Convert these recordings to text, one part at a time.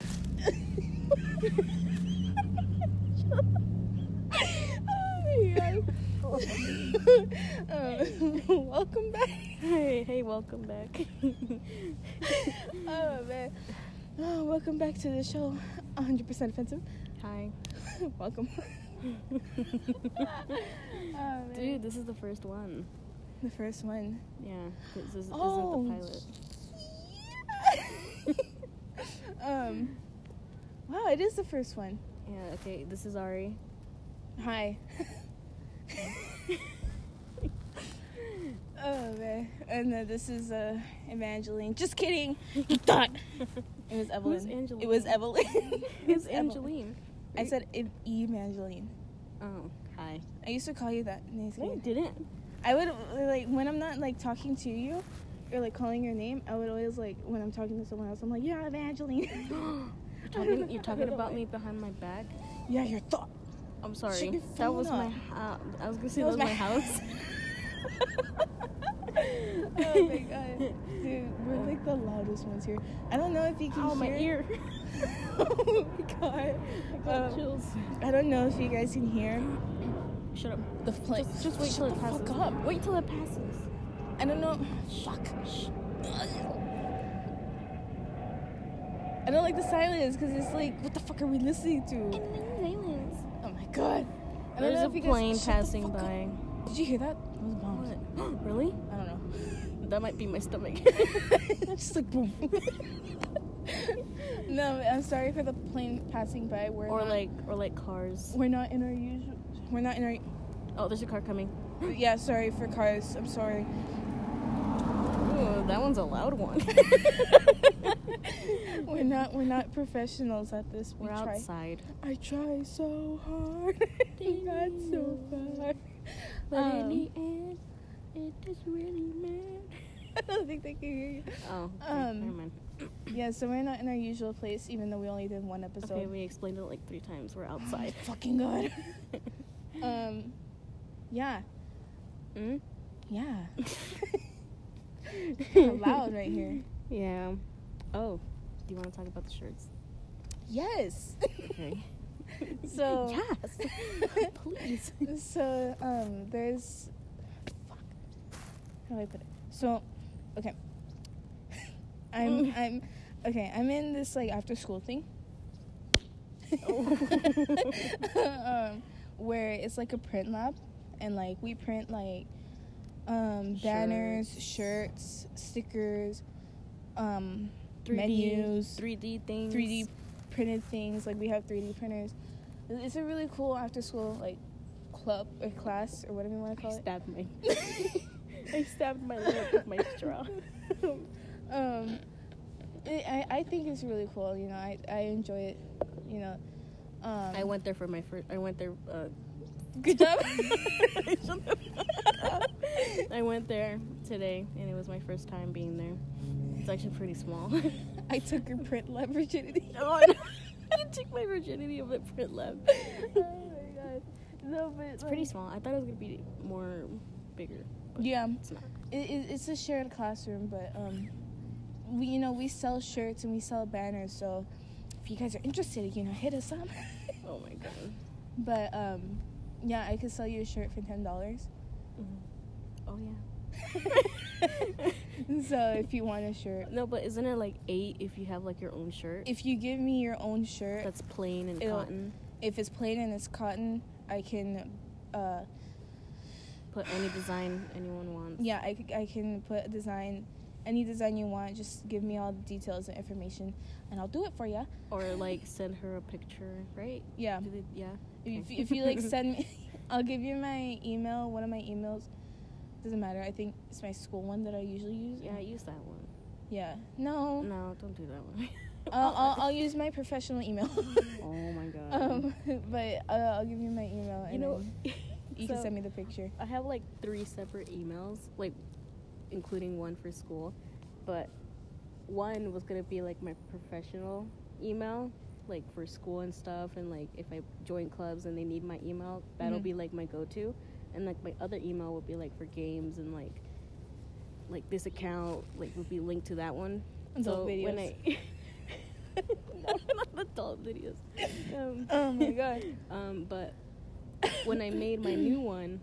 Oh, um, welcome back. Hey, hey, welcome back. Oh man. Oh, welcome back to the show. 100% offensive. Hi. welcome. Oh, man. Dude, this is the first one. the first one. Yeah, this is, Oh. this is um. Wow, it is the first one. the pilot. Yeah, okay, this is Ari. Hi. oh man. And then this is uh Evangeline. Just kidding. You thought it was Evelyn. Who's Angeline? It was Evelyn. Who's It's Evelyn. Angeline? I said Ev- Evangeline. Oh, hi. I used to call you that. and I used to No, you get- didn't. I would like when I'm not like talking to you or like calling your name. I would always like when I'm talking to someone else. I'm like, yeah, Evangeline. you're talking, you're talking about me behind my back. yeah, your thought. I'm sorry. your That phone was my. up. Ha- I was gonna say that was my, house. oh my god, dude, we're like the loudest ones here. I don't know if you can Ow, hear. my ear. oh my god. I got Um, chills. I don't know if you guys can hear Shut up. the play. Just, just wait till Shut it the passes. fuck up. Wait till it passes. I don't know. Fuck. I don't like the silence because it's like, what the fuck are we listening to? Oh my god. I don't There's know a if you guys- plane shut the passing fuck up. by. Did you hear that? It was bombs. What? really? I don't know. That might be my stomach. just like boom. no, I'm sorry for the plane passing by. We're or not, like, or like cars. we're not in our usual. We're not in Oh, there's a car coming. our. Yeah, sorry for cars. I'm sorry. Ooh, that one's a loud one. We're not. We're not professionals at this. We We're try. outside. I try so hard. Thank not so you. far. But in Um, the end, it doesn't really matter. I don't think they can hear you. Oh, okay, Um, never mind. Yeah, so we're not in our usual place, even though we only did one episode. Okay, we explained it like three times. We're Oh my outside. fucking god. um, yeah, Mm? yeah. Kinda loud right here. Yeah. Oh, do you want to talk about the shirts? Yes. Okay. So- yes, please. so um, there's. Fuck. How do I put it? So, okay. I'm Mm. I'm okay. I'm in this like after school thing. Oh. um, where it's like a print lab, and like we print like um, banners, shirts, stickers, um, 3D, menus, 3D things. 3D printed things. Like we have 3D printers. It's a really cool after school like club or class or whatever you want to I call stabbed my. it. I stabbed my lip with my straw. um, it, I I think it's really cool. You know, I I enjoy it. You know, um, I went there for my first. I went there. Uh, Good job. Shut the I went there today, and it was my first time being there. It's actually pretty small. I took your print lab virginity. oh, I, I took my virginity of the print lab. Oh god. No, but It's pretty small. I thought it was gonna be more bigger. Yeah, It's not. it, it, it's a shared classroom, but um, we you know we sell shirts and we sell banners. So if you guys are interested, you know, hit us up. Oh my god. but um, yeah, I could sell you a shirt for ten dollars. Oh yeah. so if you want a shirt, No, but isn't it like eight if you have like your own shirt? if you give me your own shirt, that's plain and It'll- cotton. if it's plain and it's cotton, I can. Uh, Put any design anyone wants. Yeah, I, c- I can put a design, any design you want. Just give me all the details and information, and I'll do it for you. Or like send her a picture, right? Yeah. Do they- yeah. If, Okay. if you like send me, I'll give you my email. One of my emails doesn't matter. I think it's my school one that I usually use. Yeah, use that one. Yeah. No. No, don't do that one. I'll, I'll, I'll use my professional email. oh my god. um, but uh, I'll give you my email, and you know, then you can so- send me the picture. I have like three separate emails, like including one for school, but one was gonna be like my professional email, like for school and stuff, and like if I join clubs and they need my email, that'll Mhm. be like my go-to, and like my other email would be like for games and like like this account like would be linked to that one. Adult so when videos. I no, not adult all videos. Um, Oh my god. um, but when I made my new one,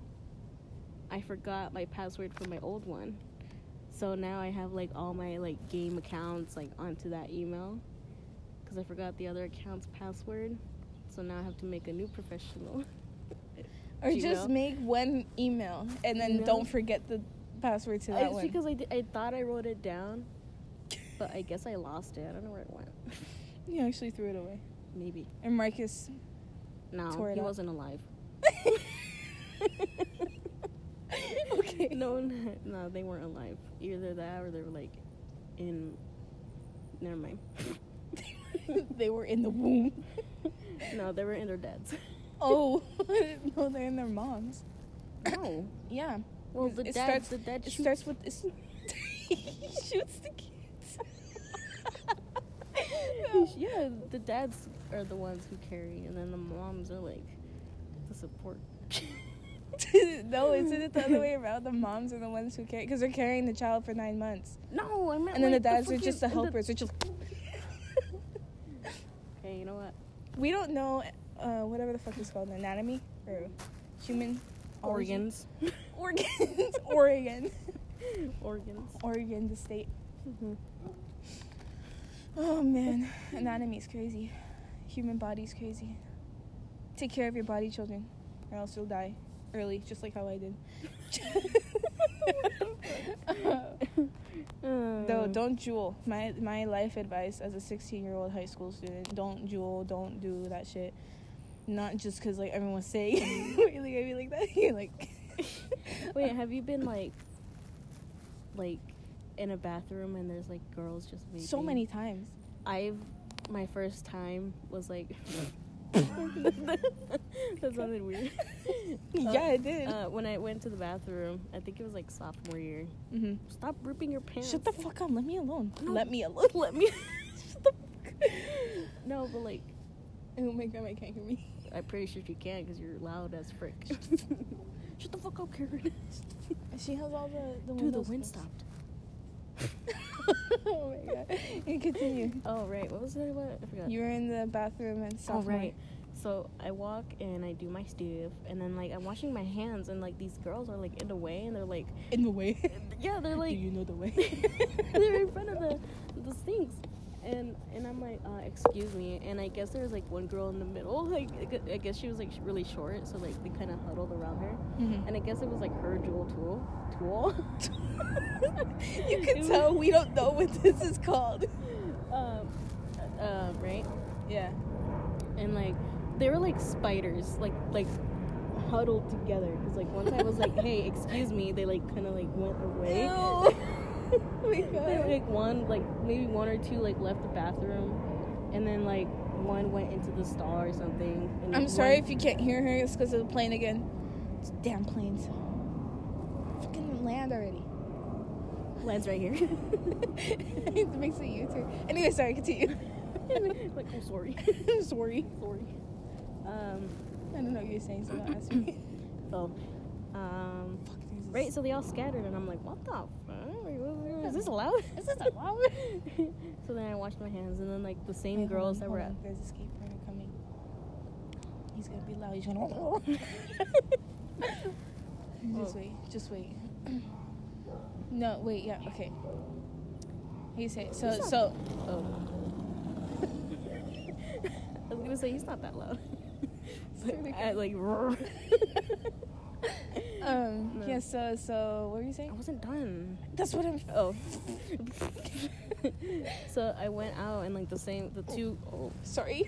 I forgot my password for my old one. So now I have like all my like game accounts like onto that email because I forgot the other account's password. So now I have to make a new professional. Or Gmail. just make one email and then No. Uh, don't forget the password to that it's one. because I, did, I thought I wrote it down, but I guess I lost it. I don't know where it went. you actually threw it away. Maybe. And Marcus. No, Tore it he up. wasn't alive. okay. No, n- no, they weren't alive. Either that or they were like in. Never mind. they were in the womb. No, they were in their dads. Oh, no, they're in their moms. No. Yeah. Well, It- the it dad, starts- the dad It shoots- starts with this. he shoots the kids. yeah, the dads are the ones who carry, and then the moms are like the support. no, isn't it the other way around? The moms are the ones who carry because they're carrying the child for nine months, No, I meant. and then the like, dads are freaking- just the and helpers. Which is, Hey, you know what? we don't know uh, whatever the fuck it's called, anatomy or human Organs. origin- organs, Oregon, Organs. Oregon, the state. Mm-hmm. Oh man, anatomy's crazy. Human body's crazy. Take care of your body, children, or else you'll die early, just like how I did. Um, Though, don't jewel. My my life advice as a 16 year old high school student: don't jewel, don't do that shit. Not just because like everyone's saying, Wait, you look at me like that. You're like, Wait, have you been like, like, in a bathroom and there's like girls just vaping? so many times. I've my first time was like. that sounded weird. yeah, I did. Uh, when I went to the bathroom, I think it was like sophomore year. hmm Stop ripping your pants. Shut the fuck up. Let me alone. No. Let me alone. Let me. Shut the fuck. No, but like, Oh my grandma can't hear me. I'm pretty sure you can because you're loud as frick. Shut the fuck up, Karen. She has all the the Dude, the windows wind closed. stopped. oh my god. You continue. Oh right, what was it about? I forgot. You were in the bathroom and oh sophomore. right. So I walk and I do my stuff, and then like I'm washing my hands, and like these girls are like in the way, and they're like, In the way. yeah, they're like, Do you know the way? they're in front of the the sinks. And, and I'm like, uh, excuse me. And I guess there was like one girl in the middle. Like, I gu- I guess she was like sh- really short, so like they kind of huddled around her. Mhm. And I guess it was like her jewel tool. Tool. you can tell we don't know what this is called. um, uh, right? Yeah. And like they were like spiders, like like huddled together. Because like once I was like, hey, excuse me, they like kind of like went away. Ew. Oh my They were, god. like one, like maybe one or two, like left the bathroom, and then like one went into the stall or something. And I'm one- sorry if you can't hear her. It's because of the plane again. It's damn planes. Fucking land already. Lands right here. it makes a U-turn. Anyway, sorry. Continue. like oh sorry, sorry. sorry. Um. I don't know what you're saying, so don't ask me. Oh. Um. Fuck, this is- Right, so they all scattered, and I'm like, what the fuck? Like, what- Is this allowed? Is this allowed? so then I washed my hands, and then, like, the same Wait, hold girls on, that hold were on. at. There's a skateboarder coming. He's gonna be loud. He's gonna. just Oh. wait. Just wait. no, wait. Yeah. Okay. He said so. It's not- So Oh. I was gonna say, he's not that loud. But uh, Sorry, I, like, um. No. Yeah. So so. What were you I saying? wasn't done. That's what I'm. Oh. so I went out, and, like, the same, the two, oh. Sorry.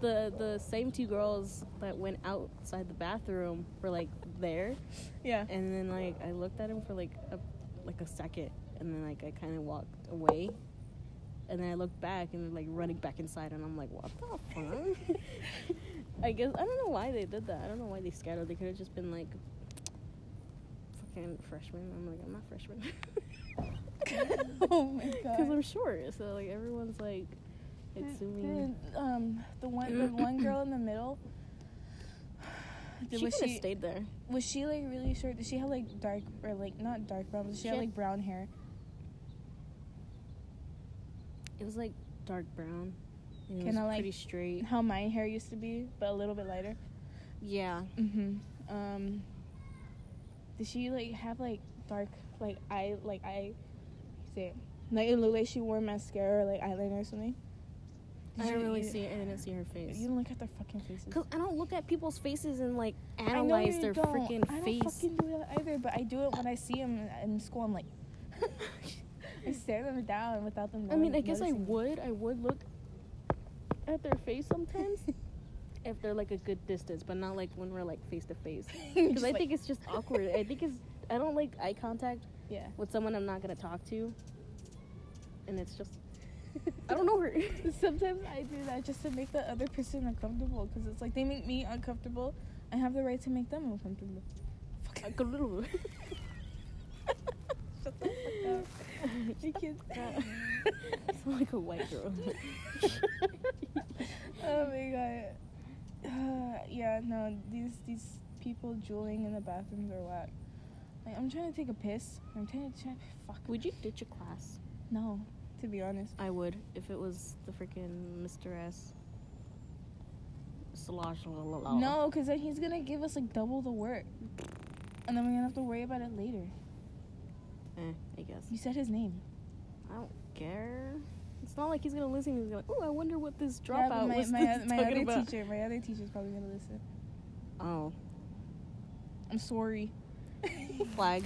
the the same two girls that went outside the bathroom were like there Yeah. and then like I looked at him for like a like a second, and then like I kind of walked away, and then I looked back and they're like running back inside, and I'm like, what the fuck? I guess I don't know why they did that. I don't know why they scattered. They could have just been like fucking freshmen. I'm like, I'm not freshman. Oh my Because I'm god. short, so like everyone's like assuming. Dude, Mm, um, the one, the one girl in the middle. She could was have stayed there. Was she like really short? Did she have like dark or like not dark brown? But she, She had had- like brown hair. It was like dark brown. And it Can was I, like- pretty straight. How my hair used to be, but a little bit lighter. Yeah. Mhm. Um. Did she like have like dark like eye like eye? Say it. Like it looked like she wore mascara or like eyeliner or something. I Did didn't you- really you- see. I didn't see her face. You don't look at their fucking faces. Cause I don't look at people's faces and like I know analyze you their don't. freaking I don't face. fucking do that either, but I do it when I see them in school. I'm like, I stare them down without them. I mean, knowing- I guess I noticing. would. I would look at their face sometimes if they're like a good distance, but not like when we're like face to face. Because Just I like- think it's just awkward. I think it's I don't like eye contact Yeah. with someone I'm not gonna talk to, and it's just I don't know her. Sometimes I do that just to make the other person uncomfortable because it's like they make me uncomfortable. I have the right to make them uncomfortable. Fuck. Like a little- Shut the fuck up. Oh. You kids. It's like a white girl. oh my god. Uh, yeah, no, these these people drooling in the bathrooms are whack. Like I'm trying to take a piss. I'm trying to try. Fuck. Would you ditch a class? No, to be honest. I would if it was the freaking Mr. S. Slash. la, la, la. No, because then he's gonna give us like double the work, and then we're gonna have to worry about it later. Eh, I guess. You said his name. I don't care. It's not like he's gonna listen. He's gonna. Oh, I wonder what this Yeah, dropout but my was my, this oth- my talking other about. teacher, my other teacher's probably gonna listen. Oh, I'm sorry. flag.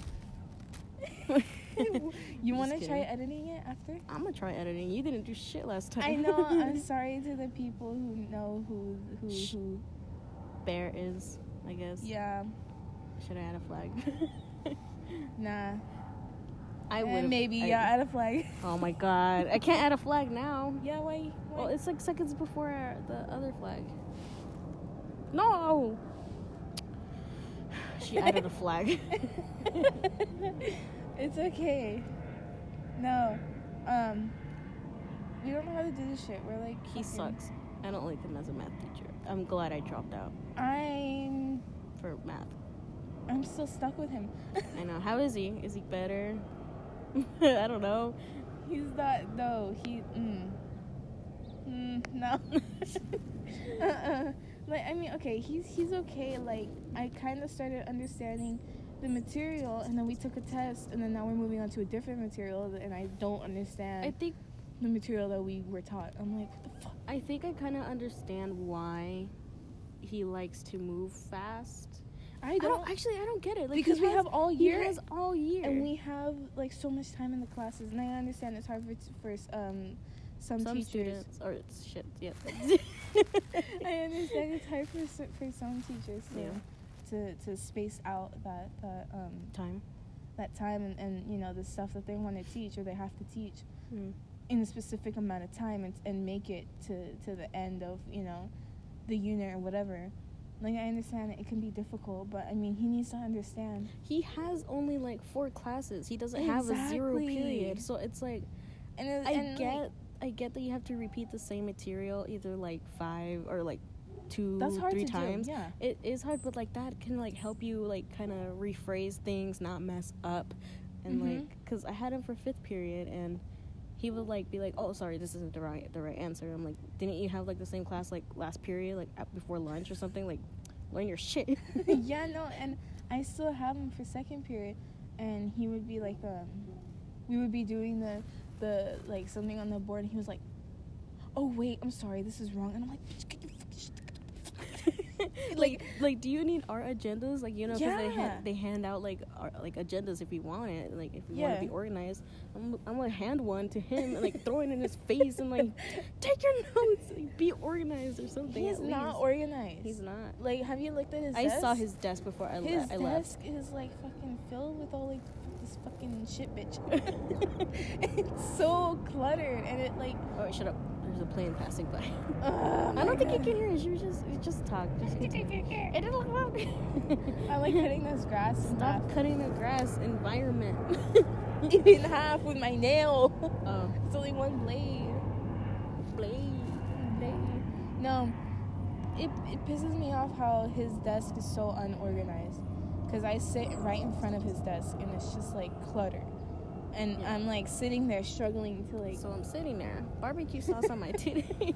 you Just want to try kidding. Ah. editing it after? I'm gonna try editing. You didn't do shit last time. I know. I'm sorry to the people who know who who Shh. who. Bear is, I guess. Yeah, Should I add a flag? nah. Eh, I would. maybe. yeah, add a flag. Oh my god. I can't add a flag now. yeah, why? why? Well, it's like seconds before our, the other flag. No. She added a flag. it's okay. No, um, we don't know how to do this shit. We're like he fucking- sucks. I don't like him as a math teacher. I'm glad I dropped out I'm for math. I'm still stuck with him. I know. How is he? Is he better? I don't know. He's not. No, he. Mm, mm, no. uh-uh. Like I mean, okay, he's he's okay. Like I kind of started understanding the material, and then we took a test, and then now we're moving on to a different material, and I don't understand I think the material that we were taught. I'm like, what the fuck? I think I kind of understand why he likes to move fast. I don't. actually. I don't get it. Like, he because we has- have all he year, has all year, and we have like so much time in the classes, and I understand it's hard for t- for s- um some, some teachers. students or it's shit. Yep. I understand it's hard for s- for some teachers to Yeah. to, to space out that that um Time. that time and, and you know the stuff that they want to teach or they have to teach Mm. in a specific amount of time and, and make it to to the end of you know the unit or whatever. Like I understand it, it can be difficult, but I mean he needs to understand. He has only like four classes. He doesn't have a zero Exactly. period. So it's like And, it- I and like, get I get that you have to repeat the same material either like five or like two that's hard three to times. do. Yeah. It is hard, but like that can like help you like kind of rephrase things, not mess up, and Mhm. like because I had him for fifth period and. He would like be like, "Oh, sorry, this isn't the right the right answer." I'm like, "Didn't you have like the same class like last period, like at- before lunch or something? Like, learn your shit." yeah, no, and I still have him for second period, and he would be like, um, we would be doing the, the like something on the board, and he was like, oh wait, I'm sorry, this is wrong, and I'm like, "Bitch, get your fucking shit together." like like do you need our agendas like you know because they, Yeah. hand, they hand out like our, like agendas if we want it like if we want Yeah. to be organized I'm, I'm gonna hand one to him and like throw it in his face and like take your notes like, be organized or something he's at not least. organized. he's not like, have you looked at his? I saw desk? his desk before I, le- His I left desk is like fucking filled with all like this fucking shit, bitch. it's so cluttered, and it like. oh shut up there's a plane passing by oh I my don't think God. he can hear us you just you just talk just continue. it doesn't look loud I like cutting this grass in half. stop cutting the grass environment in half with my nail. oh It's only one blade. please Blade. No, it, it pisses me off how his desk is so unorganized. Because I sit right in front of his desk and it's just like cluttered. And Yeah. I'm like sitting there struggling to like. So I'm sitting there, barbecue sauce on my titty.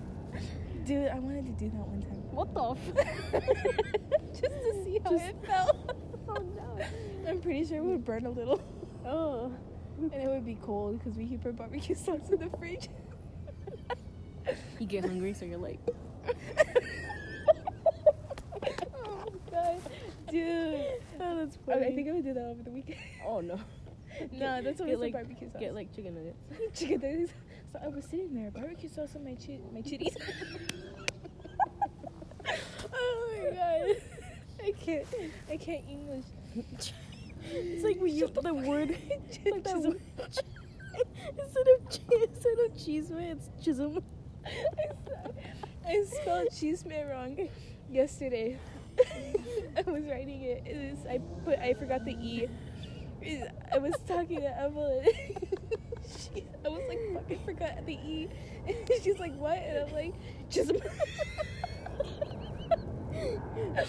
Dude, I wanted to do that one time. What the? Just to see how Just- it felt. Oh, no. I'm pretty sure it would burn a little. oh. And it would be cold because we keep our barbecue sauce in the fridge. You get hungry, so you're like, oh god, dude. oh, that's I, funny. I think I would do that over the weekend. Oh no. No, that's Get, always the like, barbecue sauce. Get like chicken nuggets. chicken nuggets. So I was sitting there, barbecue sauce on my chi- my chitties. oh my god, I can't, I can't English. It's like when you Shut the the fuck- word Ch- like that chisel. word, instead of cheese, instead of cheese man, it's chism. I s- I spelled cheese man wrong yesterday. I was writing it. it is, I put I forgot the e. Is- I was talking to Evelyn. she, I was like, fuck, I forgot the e. And she's like, what? And I'm like, chism.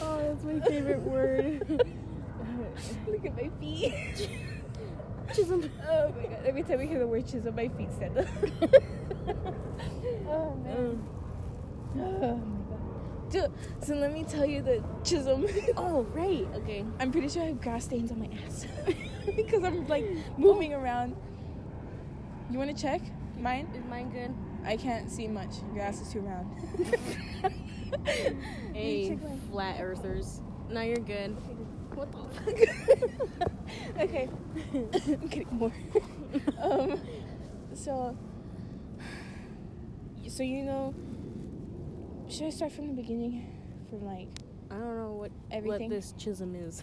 Oh, that's my favorite word. Look at my feet. Chism. Oh my god! Every time we hear the word chisel, my feet stand up. oh man. Um, Oh my god. Dude, so let me tell you the chisel. oh right. Okay. I'm pretty sure I have grass stains on my ass because I'm like Oh. moving around. You want to check mine? Is mine good? I can't see much. Your ass is too round. You Hey, check mine. flat earthers. No, you're good. What okay, I'm getting more. um, so, so you know, should I start from the beginning? From like, I don't know what Everything. what this chism is.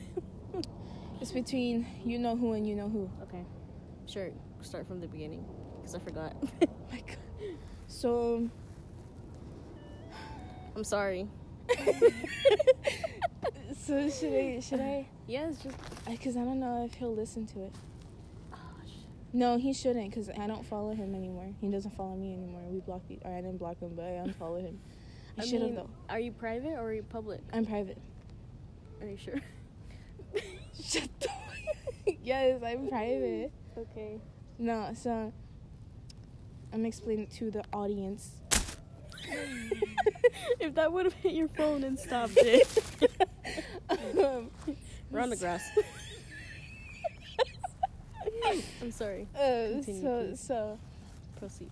it's between you know who and you know who. okay. Sure. Start from the beginning because I forgot. Oh my god. So, I'm sorry. so should I? Should I? Yes, just. Because I don't know if he'll listen to it. Oh, shit. No, he shouldn't. Because I don't follow him anymore. He doesn't follow me anymore. We blocked. e- Or I didn't block him, but I unfollowed him. I, should have mean, though. Are you private or are you public? I'm private. Are you sure? Shut the. yes, I'm private. Okay. No, so I'm explaining to the audience. if that would have hit your phone and stopped it. um, We're on the grass. I'm sorry. Uh, Continue, so please. so Proceed.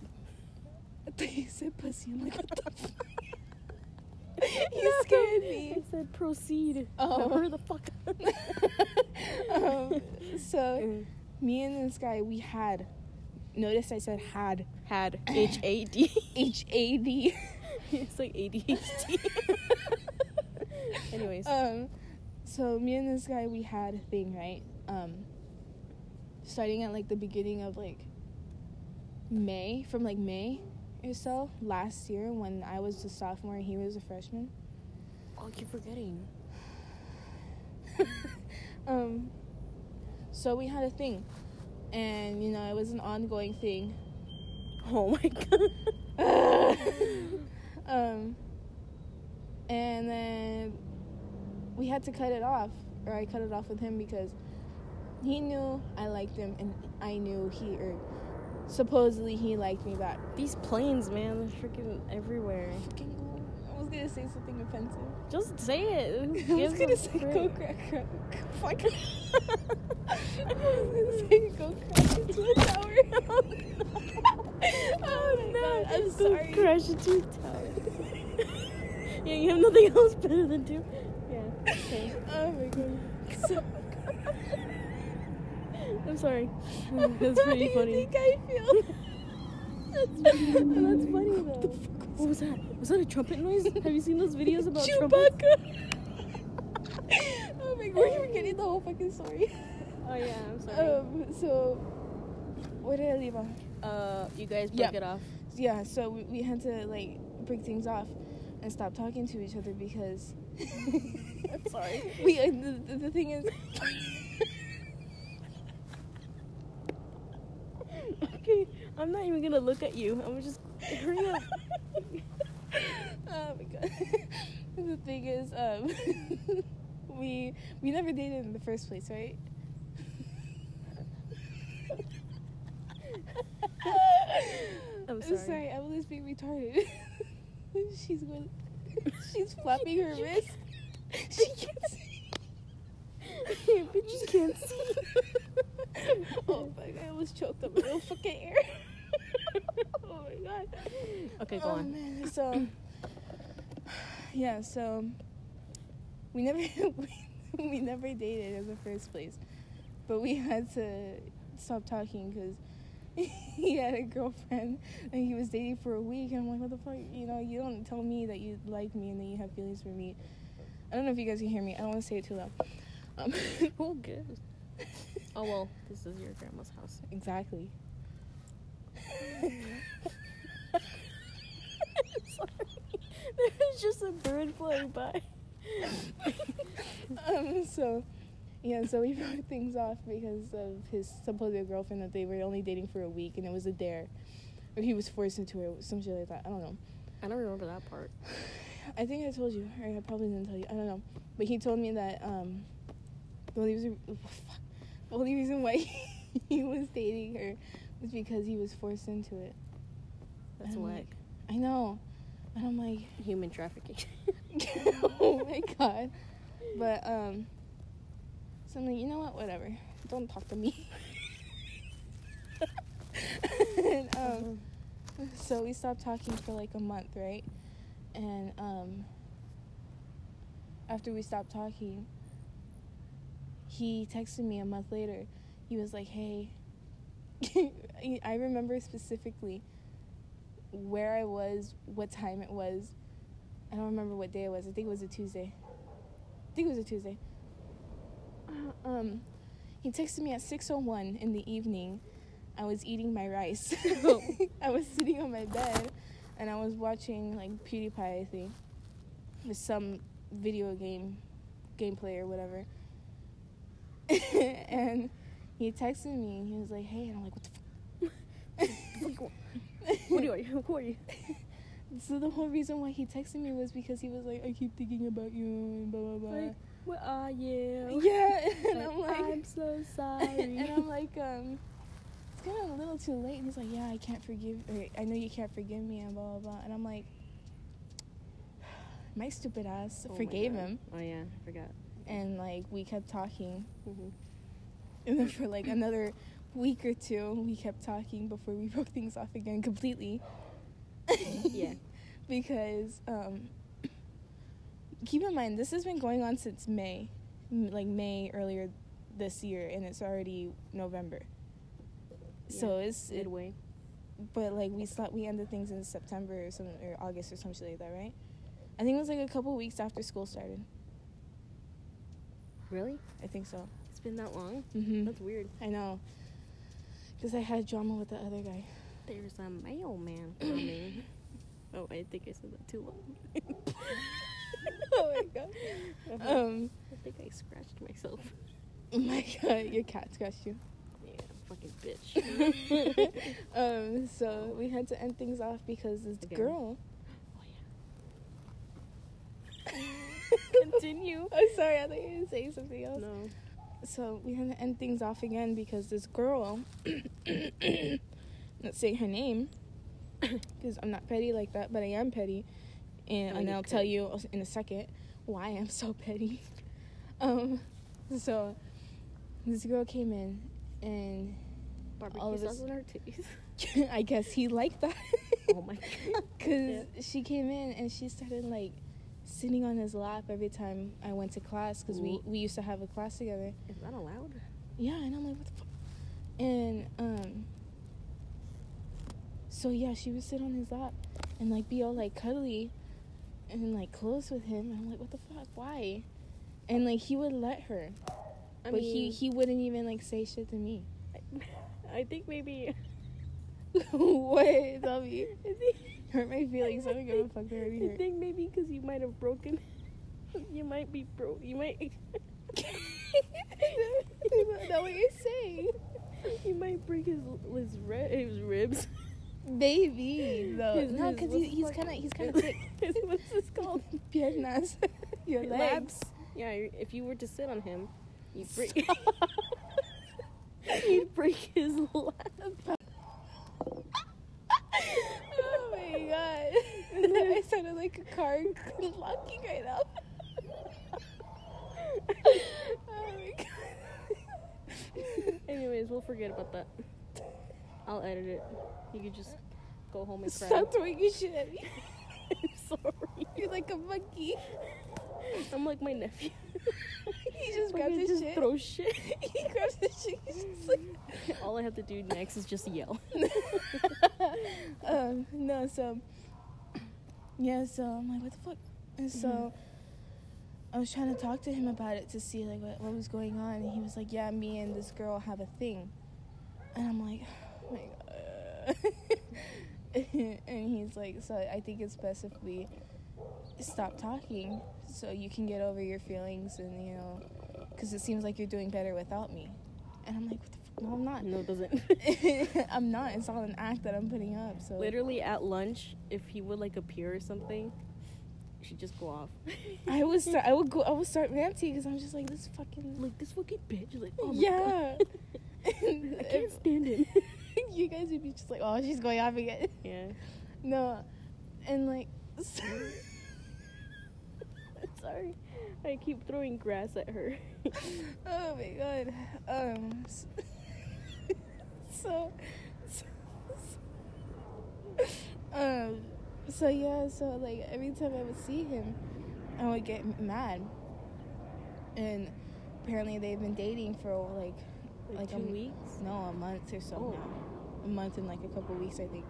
I thought you said pussy. I'm like, what the fuck? you scared me. I said proceed. Oh. Now Where the fuck? um, so me and this guy, we had. Notice I said had. had H A D. H A D. It's like ADHD. Anyways. Um, so me and this guy, we had a thing, right? Um, starting at like the beginning of like May, from like May or so last year when I was a sophomore and he was a freshman. oh, you're forgetting. um, so we had a thing, and you know it was an ongoing thing. Oh my god. um, and then we had to cut it off, or I cut it off with him because he knew I liked him, and I knew he or supposedly he liked me back. These planes, man, they're freaking everywhere. Fucking go- I was gonna say something offensive. Just say it. Who I was gives gonna a say frick? go crack crack. Fuck. I was gonna say go crack into a tower. Oh no. Oh no, I'm just go sorry. Crash into your tower. yeah, you have nothing else better than to. Yeah. Okay. Oh my god. So, I'm sorry. That's How do pretty you funny. think I feel? That's funny What the though. fuck What was that? Was that a trumpet noise? Have you seen those videos about trumpets? Chewbacca. oh my god, you're getting the whole fucking story. Oh yeah, I'm sorry. Um, so, where did I leave off? uh, you guys broke yeah. it off. yeah, so we, we had to like break things off and stop talking to each other because. I'm sorry. We uh, the, the- the thing is. okay, I'm not even gonna look at you. I'm just hurry up. oh my god. the thing is, um, we we never dated in the first place, right? I'm I'm sorry. sorry, Evelyn's being retarded. She's going. She's flapping her You wrist. can't- She can't see. but you can't see. oh fuck! I almost choked up a little fucking air. oh my god. Okay, go Oh, on. man, So, yeah. So we never we, we never dated in the first place, but we had to stop talking because. He had a girlfriend and he was dating for a week. And I'm like, what the fuck? You know, you don't tell me that you like me and that you have feelings for me. I don't know if you guys can hear me. I don't want to say it too loud. Um, Who gives? Oh well, this is your grandma's house. Exactly. Sorry. There's just a bird flying by. um, so, yeah, so we broke things off because of his supposed girlfriend that they were only dating for a week and it was a dare. Or he was forced into it, some shit like that. I don't know. I don't remember that part. I think I told you, or I probably didn't tell you. I don't know. But he told me that um, the only reason, fuck, the only reason why he was dating her was because he was forced into it. That's I'm whack. like- I know, and I'm like, Human trafficking. oh my god. But uh, um, so I'm like, you know what? Whatever. Don't talk to me. and um. Mm-hmm. So we stopped talking for like a month, right? And um after we stopped talking, he texted me a month later. He was like, "Hey, I remember specifically where I was, what time it was. I don't remember what day it was. I think it was a Tuesday. I think it was a Tuesday. Um, he texted me at 6:01 in the evening. I was eating my rice. I was sitting on my bed and I was watching like PewDiePie, I think, with some video game gameplay or whatever. and he texted me and he was like, "Hey," and I'm like, "What the fuck?" what are you? Who are you? So the whole reason why he texted me was because he was like, "I keep thinking about you," and blah blah blah. Like, where are you? yeah, and I'm Like, like, I'm so sorry. and I'm like, um, it's kind of a little too late. And he's like, yeah, I can't forgive. Or, I know you can't forgive me, and blah blah blah. And I'm like, my stupid ass Oh my forgave God. him, Oh yeah, I forgot. and like we kept talking. Mhm. And then for like another week or two, we kept talking before we broke things off again completely. Yeah. because um, keep in mind this has been going on since May, M- like May earlier this year, and it's already November. So Yeah, it's it, midway. but like we slept, we ended things in September or some or August or something like that, right? I think it was like a couple weeks after school started. Really? I think so. It's been that long? Mm-hmm. That's weird. I know, because I had drama with the other guy. There's a mailman coming. oh, I think I said that too long. oh my god. Uh-huh. Um, I think I scratched myself. oh my god, your cat scratched you. Yeah, fucking bitch. Oh, um, so we had to end things off because this Again. girl. Oh, Continue. I'm sorry, I thought you were gonna say something yeah. else. No. So we had to end things off again because this girl, let's say her name, because I'm not petty like that, but I am petty, and, No, and you I'll could. tell you in a second why I'm so petty. Um, so this girl came in, and Barbecue All of sauce us- on our titties. I guess he liked that. oh my god. Because she came in and she started like sitting on his lap every time I went to class because we, Ooh. we used to have a class together. Is that allowed? Yeah, and I'm like, what the fuck? And um, so yeah, she would sit on his lap and like be all like cuddly and like close with him. And I'm like, what the fuck? Why? And like he would let her, I but he he wouldn't even like say shit to me. I think maybe. what? Tell me. I think, Hurt my feelings. I don't give a fuck. They already I hurt. think maybe because you might have broken. You might be broke. You might. Is that what you're saying? You might break his his, ri- his ribs. Baby, though. His- no, his- because what's he, the he's fuck- kind of he's kind of his- thick. his- what's this called? Piernas. Your Your legs. legs. Yeah, you- if you were to sit on him, you'd break. Stop. you'd break his lap. oh my god. I sounded like a car locking right now. oh my god. Anyways, we'll forget about that. I'll edit it. You could just go home and cry. Stop throwing your shit at me. I'm sorry. You're like a monkey. I'm like my nephew. He just Fucking grabs his just shit. throw shit. he grabs the shit. He's just like. All I have to do next is just yell. um, no, so yeah, so I'm like, what the fuck? And so Mhm. I was trying to talk to him about it to see like what, what was going on, and he was like, yeah, me and this girl have a thing, and I'm like, oh my god. and he's like, so I think it's best if we stop talking so you can get over your feelings and you know, because it seems like you're doing better without me. And I'm like, what the fuck? No, I'm not. No, it doesn't. I'm not. It's all an act that I'm putting up. So Literally at lunch, if he would like appear or something, she'd just go off. I would start. I would go. I would start ranting because I'm just like this fucking. like this fucking bitch. Like oh my Yeah. uh, God. I can't stand him. you guys would be just like, oh, she's going off again. yeah, No, and like. sorry. I keep throwing grass at her. oh my god. Um. s- So. so, um. So yeah. So like every time I would see him, I would get m- mad. And apparently they've been dating for like Like, Like, um, two I'm- weeks. no a month or so Oh. now. A month and like a couple weeks I think.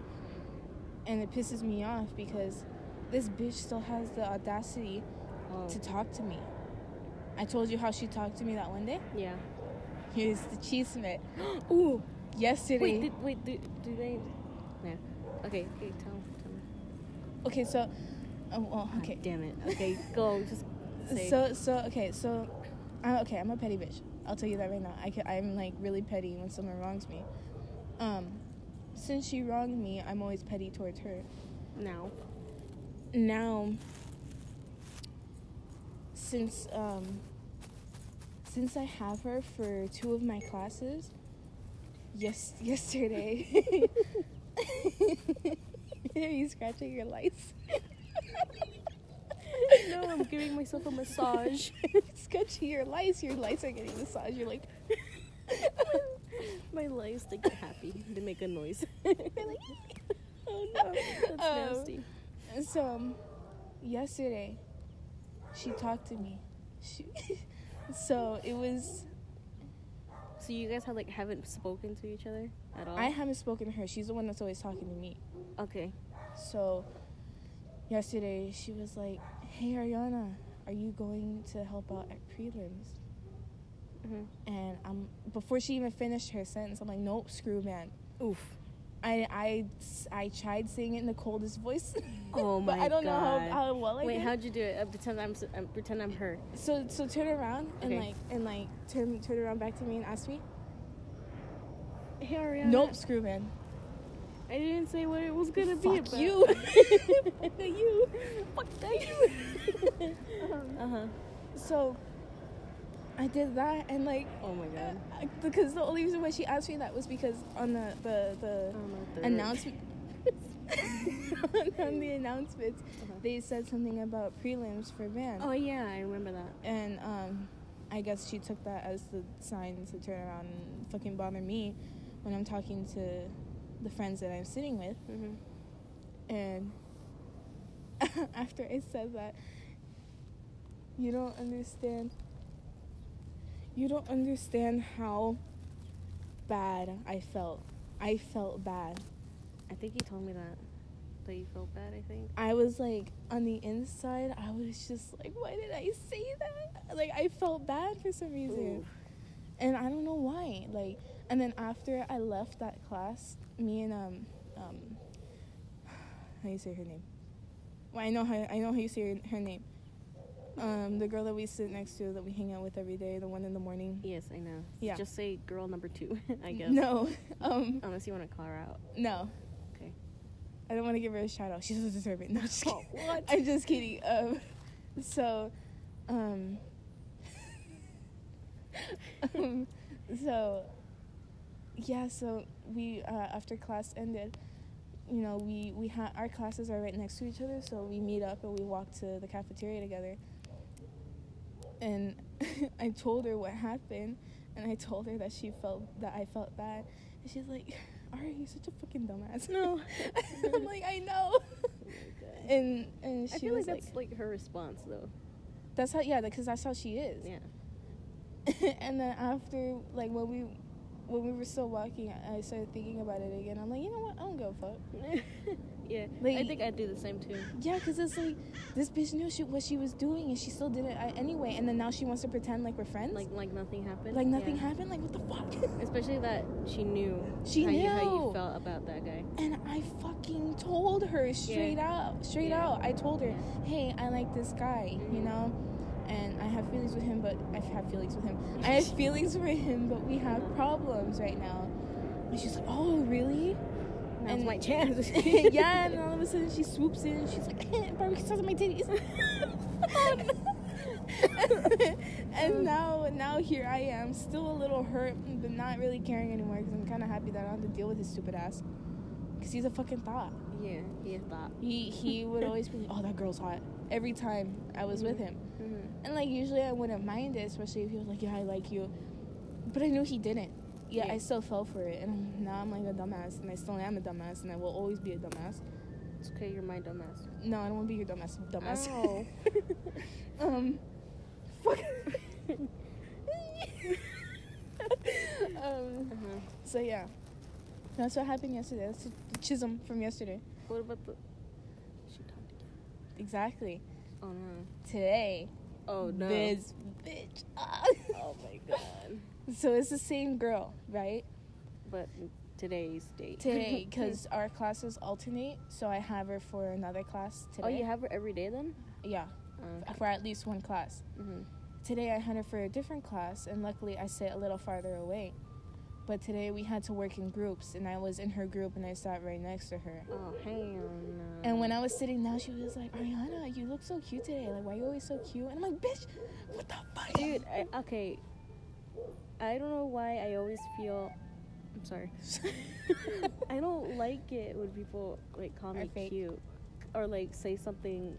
And it pisses me off because this bitch still has the audacity Oh, to talk to me. I told you how she talked to me that one day. yeah. Here's the chisme. Ooh. Yesterday. Wait. Did, wait. Do, do they? Yeah. Okay. Okay. Tell. Tell me. okay, so. Oh, well, God okay. damn it. Okay. Go. Just say. So so okay so, I'm okay. I'm a petty bitch. I'll tell you that right now. I can, I'm like really petty when someone wrongs me. Um, since she wronged me, I'm always petty towards her. now. Now, since um, since I have her for two of my classes, yes, yesterday. Are you scratching your lights? No, I'm giving myself a massage. Sketchy, your lights, your lights are getting massaged. You're like, My legs they get happy. They make a noise. you're like, oh no, that's Um, nasty. so um, yesterday, she talked to me. She, so it was. So you guys have like haven't spoken to each other at all? I haven't spoken to her. She's the one that's always talking to me. okay. So yesterday, she was like, "Hey Ariana, are you going to help out at prelims?" Mhm. And I'm before she even finished her sentence, I'm like, "Nope, screw man." Oof. I, I, I tried saying it in the coldest voice. Oh but my I don't God. know how, how well I Wait, did. how'd you do it? Uh, pretend I'm, s- um, pretend I'm her. so so turn around and Okay. like and like turn turn around back to me and ask me. Hey Ariana. Nope, screw man. I didn't say what it was gonna be Fuck about. you. Fuck you. Fuck that you. uh huh. So I did that and like Oh my God. I- because the only reason why she asked me that was because on the the the Oh, Um, announcement on the announcements Uh-huh. they said something about prelims for band Oh yeah, I remember that. and um I guess she took that as the sign to turn around and fucking bother me when I'm talking to the friends that I'm sitting with. Mm-hmm. And after I said that, you don't understand. You don't understand how bad I felt. I felt bad. I think you told me that. That you felt bad. I think. I was like, on the inside, I was just like, why did I say that? Like, I felt bad for some reason. Oof. And I don't know why. Like, and then after I left that class, me and, um, um, how do you say her name? Well, I know how, I know how you say her, her name. Um, the girl that we sit next to, that we hang out with every day, the one in the morning. Yes, I know. Yeah. Just say girl number two, I guess. No, um, Unless you want to call her out. no. Okay. I don't want to give her a shout out. She doesn't deserve it. No, I'm just Oh, kidding. what? I'm just kidding. Um, so, um, um, so, yeah. So we uh, after class ended, you know, we we ha- our classes are right next to each other, so we meet up and we walk to the cafeteria together. And I told her what happened, and I told her that she felt that I felt bad, and she's like, "Ari, you're such a fucking dumbass." No, Oh I'm like, I know. And and she Oh I feel like was that's like her response though. that's how yeah, because that's how she is. Yeah. and then after like when we when we were still walking, I I started thinking about it again. I'm like, you know what? I don't give a fuck. yeah. I Like- think I'd do the same too. Yeah, because it's like this bitch knew she, what she was doing and she still did it uh, anyway. And then now she wants to pretend like we're friends. Like like nothing happened. Like nothing Yeah. happened. Like what the fuck? Especially that she knew She how, You, how you knew. felt about that guy. and I fucking told her straight out, straight Yeah. out. I told her, hey, I like this guy, you Mhm. know, and I have feelings with him, but I have feelings with him. I have feelings for him, but we have Mm-hmm. problems right now. And she's like, oh, really? Now's And- my chance. yeah, and all of a sudden she swoops in and she's like, "Eh, barbecue sauce on my titties. and now, now here I am, still a little hurt, but not really caring anymore because I'm kind of happy that I don't have to deal with his stupid ass. Because he's a fucking thought. Yeah, he had thought. He he would always be like, oh, that girl's hot. Every time I was with him, Mm-hmm. and like usually I wouldn't mind it, especially if he was like, yeah, I like you, but I knew he didn't. Yeah, Yeah. I still fell for it, and I'm- now I'm like a dumbass, and I still am a dumbass, and I will always be a dumbass. It's okay, you're my dumbass. No, I don't want to be your dumbass. Dumbass. Ow. um. Fuck. um. Uh-huh. So yeah, that's what happened yesterday. That's the Chisholm from yesterday. What about the? She talked again. Exactly. Oh no. Today. Oh no. This bitch. Ah. Oh my god. So it's the same girl, right? But today's date. Today, because our classes alternate, so I have her for another class today. oh, you have her every day then? Yeah, Uh, for at least one class. mhm. Today I had her for a different class, and luckily I sit a little farther away. But today we had to work in groups, and I was in her group, and I sat right next to her. Oh hell no. And when I was sitting down, she was like, "Ariana, you look so cute today. Like, why you always so cute?" And I'm like, "Bitch, what the fuck, dude, I, okay. I don't know why I always feel. I'm sorry. I don't like it when people like call Are me fake. cute or like say something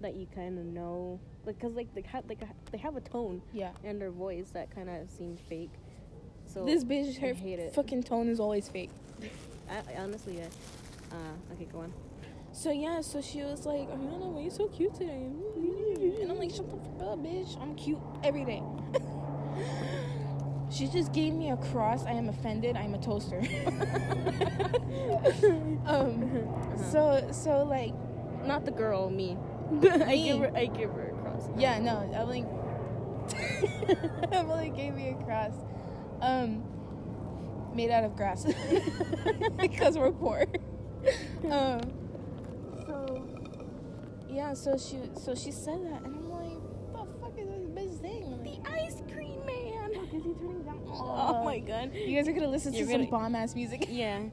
that you kind of know, like because like they have like they have a tone yeah, in their voice that kind of seems fake. So this bitch, I her hate it. fucking tone is always fake." I, I honestly, yeah. Uh, okay, go on. So yeah, so she was like, Ariana, why you so cute today? And I'm like, shut the fuck up, bitch. I'm cute every day. she just gave me a cross. I am offended. I'm a toaster. um, Uh-huh. so so like, Not the girl, me. I give me. her. I give her a cross. Yeah, no, Evelyn. Evelyn gave me a cross, um, made out of grass, because we're poor. Um, so yeah, so she so she said that, and I'm like, what the fuck is this bitch saying? Like, ice cream man. is he turning down? Oh my god. You guys are gonna listen You're to gonna- some bomb ass music. Yeah.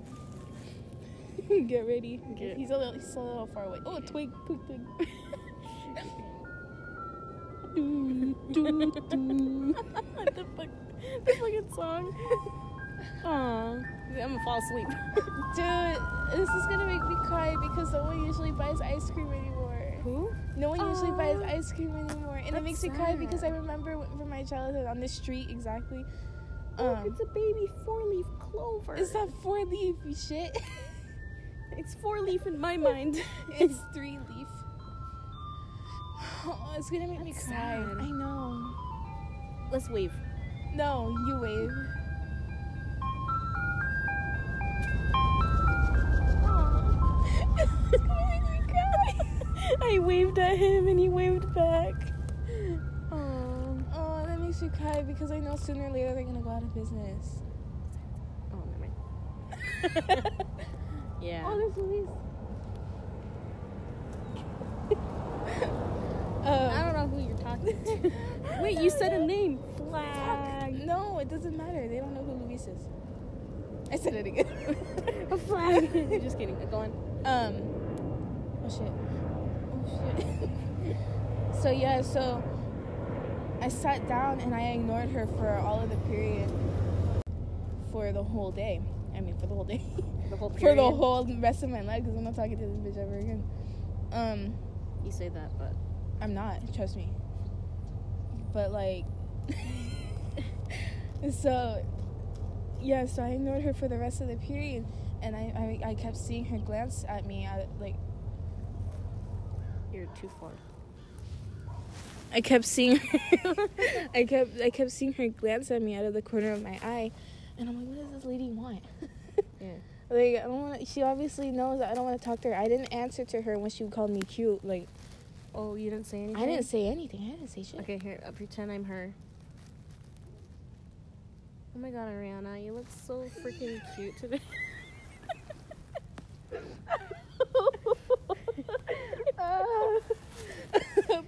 Get ready. Get- He's a little he's a little far away. Oh, a twig, twig, twig. Do, do, do. what the fuck? The fucking song. Aw. I'm gonna fall asleep. Dude, this is gonna make me cry because no one usually buys ice cream anymore. Who? No one usually Aw. buys ice cream anymore, and Oh, That's it makes me cry sad. because I remember wh- from my childhood on the street exactly. Look, Um, it's a baby four leaf clover. it's not four leaf you shit. It's four leaf in my mind. it's three leaf. Oh, it's gonna make me That's cry. sad. I know. Let's wave. No, you wave. It's gonna make me cry. I waved at him and he waved back. Aw. Oh, that makes me cry because I know sooner or later they're gonna go out of business. Oh, never mind. Yeah. Oh, there's Luis. um, don't know who you're talking to. Oh. Wait, you said a name. Flag. no, it doesn't matter. They don't know who Luis is. I said it again. A flag. Just kidding. Go on. Um. Oh shit. Oh shit. so yeah, so I sat down and I ignored her for all of the period for the whole day. I mean, for the whole day. the whole for period. the whole rest of my life because I'm not talking to this bitch ever again. Um, You say that, but I'm not. Trust me. But like, so yeah. So I ignored her for the rest of the period, and I I, I kept seeing her glance at me. I like you're too far. I kept seeing her, I kept I kept seeing her glance at me out of the corner of my eye, and I'm like, what does this lady want? Yeah. Like I don't want. to She obviously knows that I don't want to talk to her. I didn't answer to her when she called me cute. Like Oh, you didn't say anything. I didn't say anything. I didn't say shit. Okay, here. I pretend I'm her. Oh my god, Ariana, you look so freaking cute today. Ah.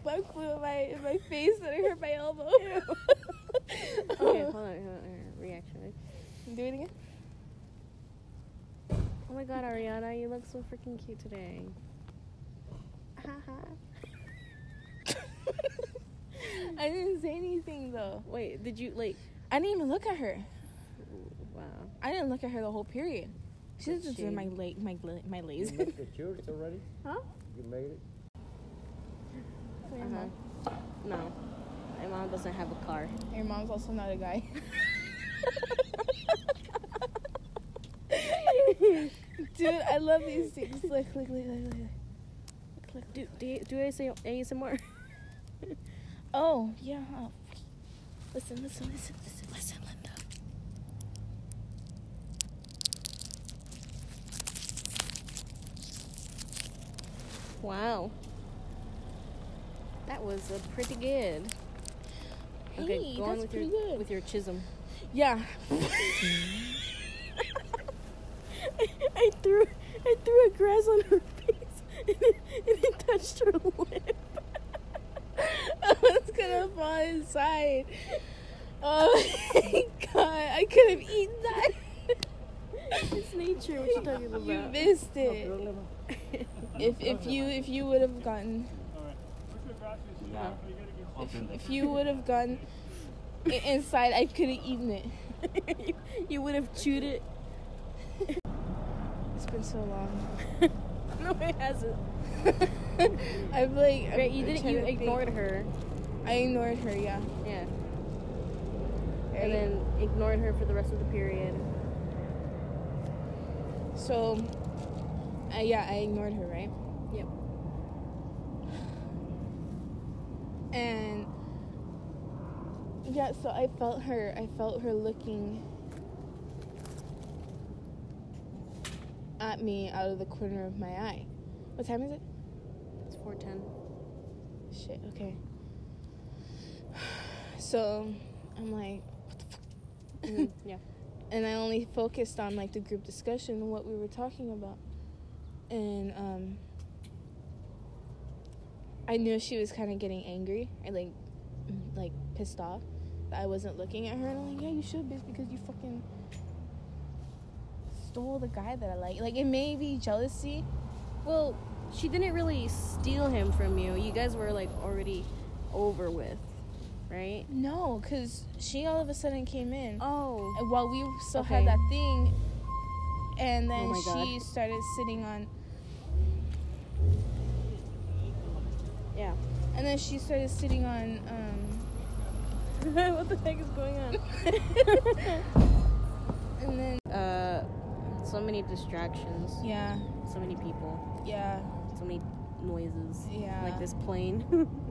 bug flew in my in my face and it hurt my elbow. okay, hold on, hold on, hold on. Reaction. Do it again. Oh my god, Ariana, you look so freaking cute today. I didn't say anything though. Wait, did you like? I didn't even look at her. Wow. I didn't look at her the whole period. She But was just doing my she- late my gla- my You lays. made the children already? Huh? You made it? Your, Uh-huh. mom- No, my mom doesn't have a car. your mom's also not a guy. Dude, I love these things. Look, look, look, look, look, look. Look, look. Do do, you- do I say ASMR? Oh, yeah. Oh. Listen, listen, listen, listen, listen, Linda. wow. That was uh, pretty good. Hey, okay, go that's on with pretty your good. with your chism. Yeah. I threw I threw a grass on her face and it, and it touched her lip. I was gonna fall inside. Oh my god, I could have eaten that. It's nature. What you talking about? You missed Oh, it. really? If if you if you would have gotten Yeah. if you would have gotten i- inside, I could have eaten it. you would have chewed it. It's been so long. No, it hasn't. I've like Right, I'm you didn't. trying You to think. ignored her. I ignored her, yeah. Yeah. Right? And then ignored her for the rest of the period. so, uh, yeah, I ignored her, right? Yep. And yeah, so I felt her. I felt her looking at me out of the corner of my eye. What time is it? It's 410. Shit. Okay. So I'm like, what the fuck? Mhm, yeah. and I only focused on like the group discussion and what we were talking about. And um I knew she was kind of getting angry or like mm, like pissed off that I wasn't looking at her and I'm like, "Yeah, you should, bitch, because you fucking stole the guy that I like." Like it may be jealousy. Well, she didn't really steal him from you. You guys were like already over with, right? No, cuz she all of a sudden came in Oh. and while we still Okay. had that thing and then Oh my God. she started sitting on Yeah. and then she started sitting on um what the heck is going on? And then Uh, so many distractions. yeah, So many people. yeah, So many noises. yeah, Like this plane.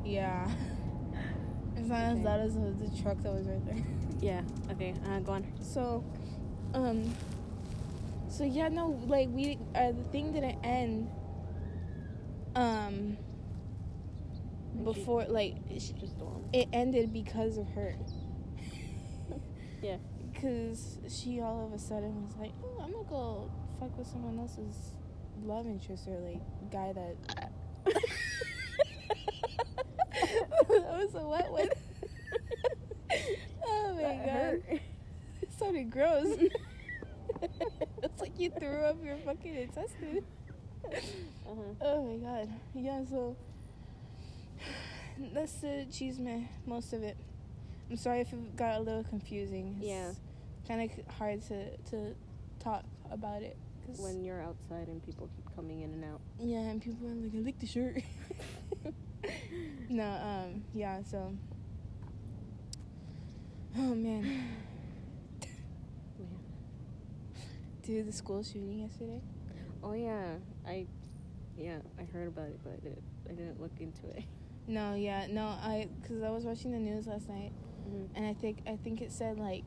Yeah, it's not as Okay. loud as the, the truck that was right there. yeah. Okay. Uh, go on. So, um, so yeah, no, like we uh, the thing didn't end. Um, she- before like It's just dorm. it ended because of her. Yeah. Because she all of a sudden was like, oh, I'm gonna go fuck with someone else's love interest or like guy that. that was a wet one. oh my god. It sounded gross. it's like you threw up your fucking intestine. Uh-huh. Oh my god. Yeah, so that's the cheese man, most of it. I'm sorry if it got a little confusing. Yeah. Kind of hard to to talk about it. 'Cause- when you're outside and people keep coming in and out. yeah, and people are like, I like the shirt. no, um, yeah, so. Oh man, Yeah. dude, the school shooting yesterday. Oh yeah, I yeah I heard about it, but I didn't, I didn't look into it. No, yeah, no, I, cause I was watching the news last night, and I think I think it said like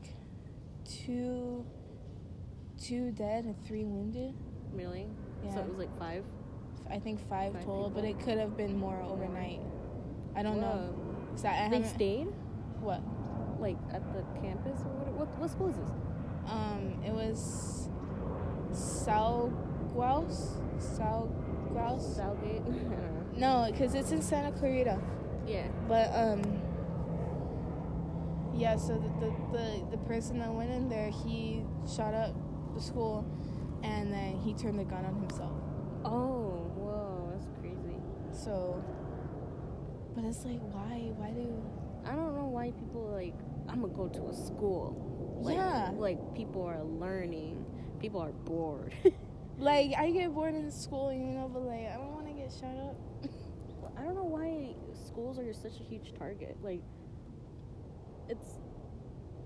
two, two dead and three wounded. Really? So Yeah. it was like five. I think five, Five total, but it people. could have been more overnight. I don't know. Whoa. 'Cause I, I They haven't- stayed What? like at the campus or what? What, what school is this? Um, it was Sao Guaus? Sao Guaus? Southgate. I don't know. No, because it's in Santa Clarita. Yeah. But, um, yeah, so the, the, the, the person that went in there, he shot up the school and then he turned the gun on himself. Oh, whoa, that's crazy. So, but it's like, why? Why do. I don't know why people like. I'm gonna go to a school. Like, Yeah. Like people are learning. People are bored. Like, I get bored in school, you know, but like, I don't want to get shot up. Well, I don't know why schools are such a huge target. Like, it's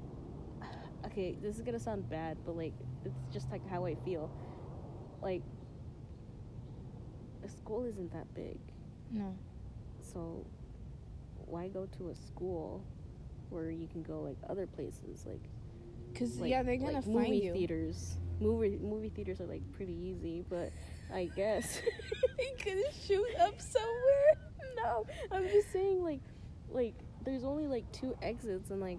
okay. This is gonna sound bad, but like, it's just like how I feel. Like, a school isn't that big, No. so why go to a school where you can go like other places, like, Because, like yeah, they're going like to find movie you. theaters. Movie movie theaters are like pretty easy, but I guess they couldn't shoot up somewhere. No, I'm just saying like like there's only like two exits and like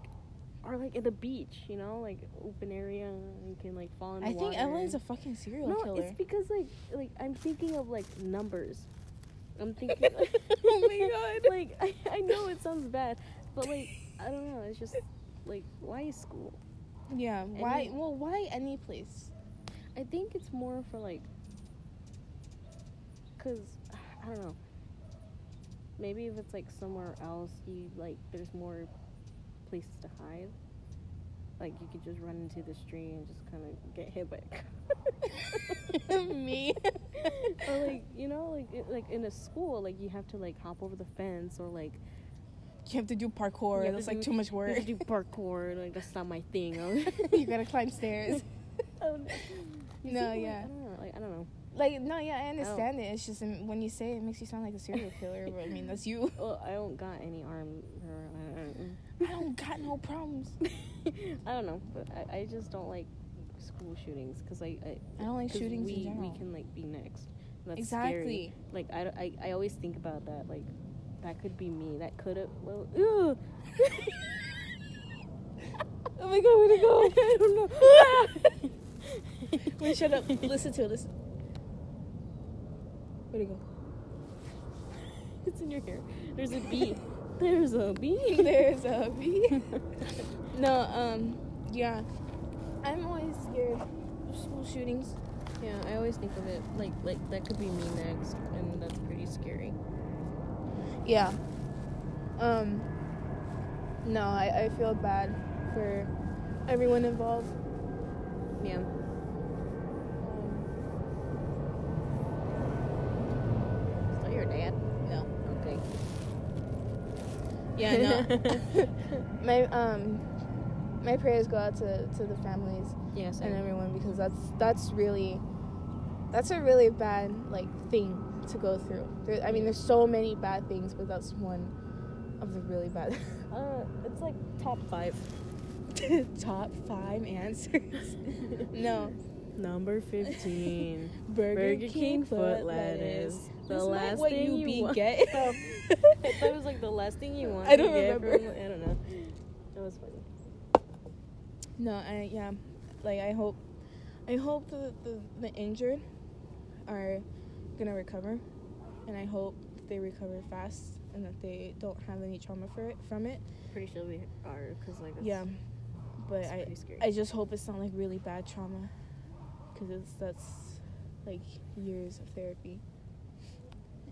or like at the beach, you know, like open area and you can like fall in the I think water. Evelyn's a fucking serial No, killer. it's because like like I'm thinking of like numbers. I'm thinking like, Oh my God. like I, I know it sounds bad, but like I don't know, it's just like why is school? yeah. Any- Why? Well, why any place? I think it's more for like, cause I don't know. Maybe if it's like somewhere else, you like there's more places to hide. Like you could just run into this tree and just kind of get hit by a car. Me. or like you know, like it, like in a school, like you have to like hop over the fence or like You have to do You parkour. have That's to like do- too much you work. have to do parkour. Like that's not my thing. you gotta climb stairs. Um, you No, see, Oh. like, yeah. I don't know. Like I don't know. Like, no, yeah, I understand it. It's just um, when you say it, it makes you sound like a serial killer. but I mean, that's you. Well, I don't got any arm. Or, I, don't, I don't got no problems. I don't know, but I, I just don't like school shootings because I, I I don't like 'cause shootings We in general. we can like be next. That's exactly. Scary. Like I, don't- I, I always think about that. Like that could be me. That could have. Well, ew. Oh my god, where'd it go? I don't know. Wait, shut up. Listen to it. Listen. Where'd it go? It's in your hair. There's a bee. There's a bee. There's a bee. no, um, yeah. I'm always scared of school shootings. Yeah, I always think of it like like that could be me next, and that's pretty scary. Yeah. Um, no, I, I feel bad for everyone involved. Yeah. Um, Is that your dad? no. Okay. Yeah, no. my, um, my prayers go out to, to the families yeah, same. and everyone because that's that's really that's a really bad like thing to go through. There, I mean, there's so many bad things, but that's one of the really bad. Uh, it's like top five. Top five answers. no, Number 15. Burger, The That's not last what thing you, you be want. get. Oh. that was like the last thing you want. I don't to get remember. from- I don't know. That was funny. no, I yeah, like I hope, I hope the the, the injured are gonna recover, and I hope they recover fast and that they don't have any trauma for it from it. Pretty sure we are, because like that's, Yeah, but that's I pretty scary. I just hope it's not like really bad trauma, because it's that's like years of therapy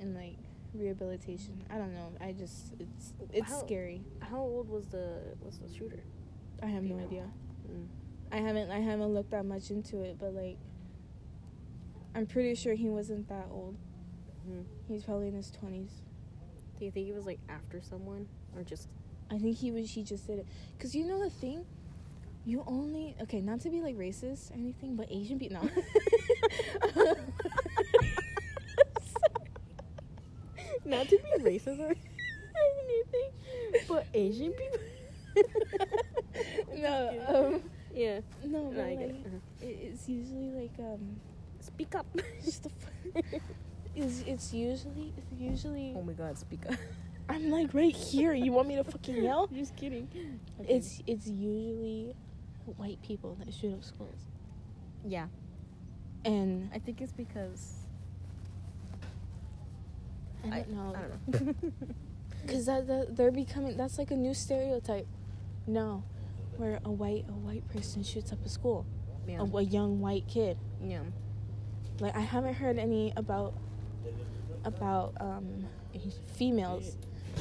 and like rehabilitation. I don't know. I just it's it's How- scary. How old was the was the shooter? I have Do no you know? Mm. idea. I haven't I haven't looked that much into it, but like I'm pretty sure he wasn't that old. Mhm. He's probably in his 20s. Do you think he was like after someone or just I think he was. He just did it. Cause you know the thing, you only okay. Not to be like racist or anything, but Asian people. No. Not to be racist or anything, but Asian people? no, um, yeah. no, No, but I get like, it. Uh-huh. it- it's usually like um, Speak up. just the. F- it's it's usually it's usually. oh my god, speak up. I'm like right here. You want me to fucking yell? Just kidding. Okay. It's it's usually white people that shoot up schools yeah. and I think it's because I don't know. I don't know. Cause that, that they're becoming that's like a new stereotype. No, where a white a white person shoots up a school, yeah. a, a young white kid. yeah. Like I haven't heard any about about um, females,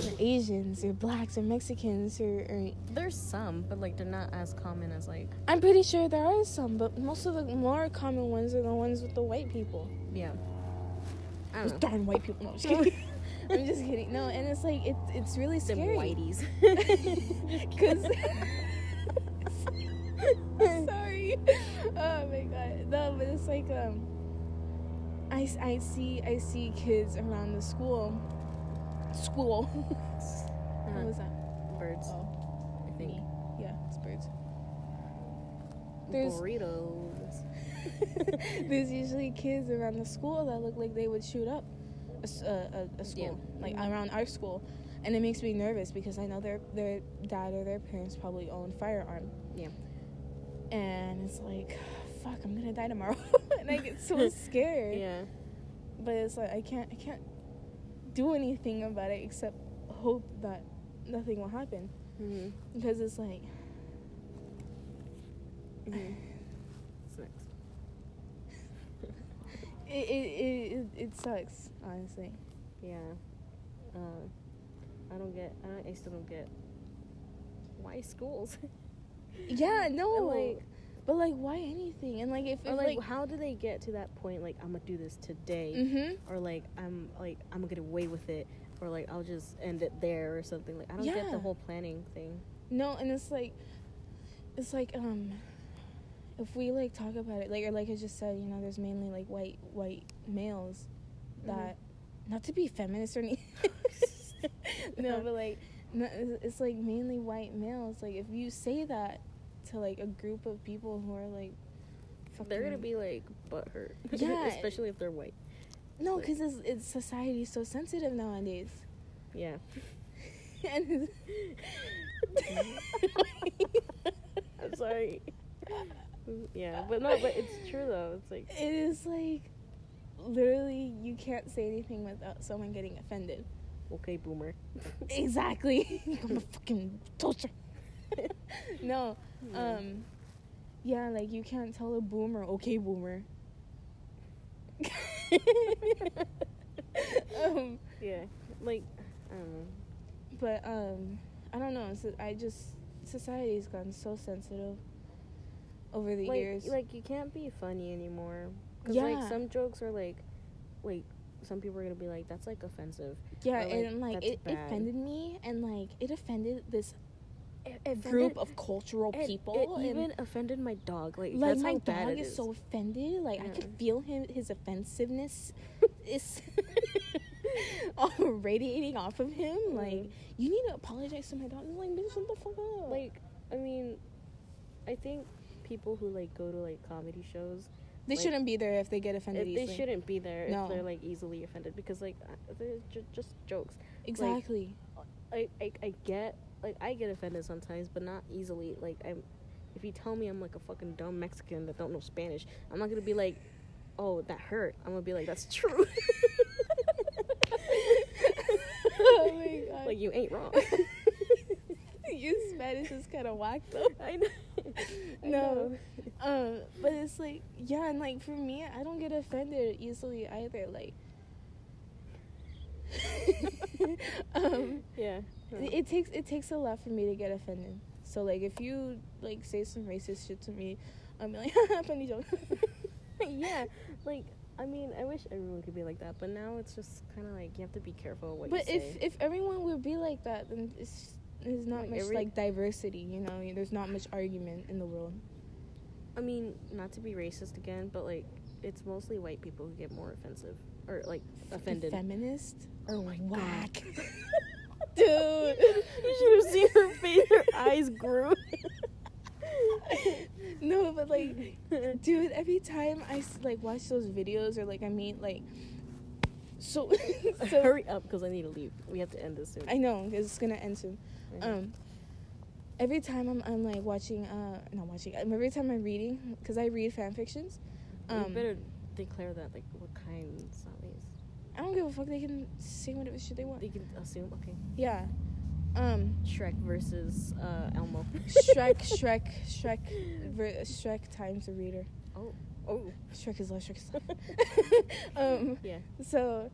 or Asians, or blacks, or Mexicans, or, or There's some, but like they're not as common as like I'm pretty sure there are some, but most of the more common ones are the ones with the white people. yeah. I Those don't know. darn white people. No, I'm just kidding. I'm just kidding. No, and it's like it's it's really Them scary. whiteys. Cause sorry. Oh my god. No, but it's like um I, s- I see I see kids around the school. School. what Uh, was that? birds, Oh, I think. me. Yeah, it's birds. There's- Burritos. There's usually kids around the school that look like they would shoot up a, s- a- a- a school, like around our school, and it makes me nervous because I know their their dad or their parents probably own firearm. Yeah. And it's like, fuck, I'm gonna die tomorrow, and I get so scared. Yeah. But it's like I can't I can't do anything about it except hope that nothing will happen hmm because it's like Mm-hmm. What's next? it it, it, it, it sucks honestly. Yeah. Uh, I don't get. I, don't, I still don't get. Why schools? Yeah, no, I'm like, But like, why anything? And like, if, or if, like, how do they get to that point? Like, I'm gonna do this today, Mhm. or like, I'm like, I'm gonna get away with it, or like, I'll just end it there, or something. Like, I don't get Yeah. the whole planning thing. No, and it's like, it's like um, if we like talk about it, like or like I just said, you know, there's mainly like white white males Mm-hmm. that, not to be feminist or anything. no, but like, no, it's, it's like mainly white males. Like, if you say that to like a group of people who are like, They're gonna fucking- be like butthurt, Yeah. especially if they're white. no, because it's it's society so sensitive nowadays. Yeah. and I'm sorry. yeah, but no, but it's true though. It's like, It is like literally you can't say anything without someone getting offended. okay, boomer. Exactly. I'm a fucking toaster. no. Yeah. Um yeah, like you can't tell a boomer, okay boomer. um yeah, like, I don't know. but um I don't know, so I just society's gotten so sensitive over the like, years. Like you can't be funny anymore. Cause Yeah. like some jokes are like, like some people are gonna be like, that's like offensive. Yeah, Or, like, and like that's it, it bad. offended me, and like it offended this offended- group of cultural It- people. It, and, even offended my dog. Like, like that's my how bad dog it Mm. is, so offended. Like I could Yeah. feel him, his offensiveness is all radiating off of him. Like Mhm. you need to apologize to my dog. I'm like, bitch, shut the fuck up. Like, I mean, I think people who like go to like comedy shows, they like- shouldn't be there if they get offended. if they easily. shouldn't be there No. if they're like easily offended because like uh, they're ju- just jokes. Exactly. I, I I get like I get offended sometimes, but not easily. Like I'm, if you tell me I'm like a fucking dumb Mexican that don't know Spanish, I'm not gonna be like, oh that hurt. I'm gonna be like that's true. Oh my God. Like you ain't wrong. Your Spanish is kind of whack though. I know. I No. know. Um, but it's like, yeah, and like for me, I don't get offended easily either. Like, um, Yeah. no. it, it takes it takes a lot for me to get offended. So like, if you like say some racist shit to me, I'm like, funny joke. yeah, like I mean, I wish everyone could be like that, but now it's just kind of like you have to be careful what but you if say. if everyone would be like that, then it's there's not Like much every- like diversity. You know, there's not much argument in the world. I mean, not to be racist again, but like it's mostly white people who get more offensive or like offended. Feminist or Oh my God. whack. Dude, you should have seen her face. Her eyes grew. no, but like, dude, every time I s- like watch those videos or like I meet like, so, so Hurry up, because I need to leave. We have to end this soon. I know 'cause it's gonna end soon. Mhm. Um, every time I'm, I'm like watching, uh, not watching. um, Every time I'm reading, because I read fan fictions. we Um, better declare that, like, what kind zombies. I don't give a fuck. They can say whatever shit they want. You can assume, okay. Yeah. Um, Shrek versus uh, Elmo. Shrek, Shrek, Shrek, ver- Shrek times the reader. Oh, oh. Shrek is love. Shrek is love. um, Yeah. So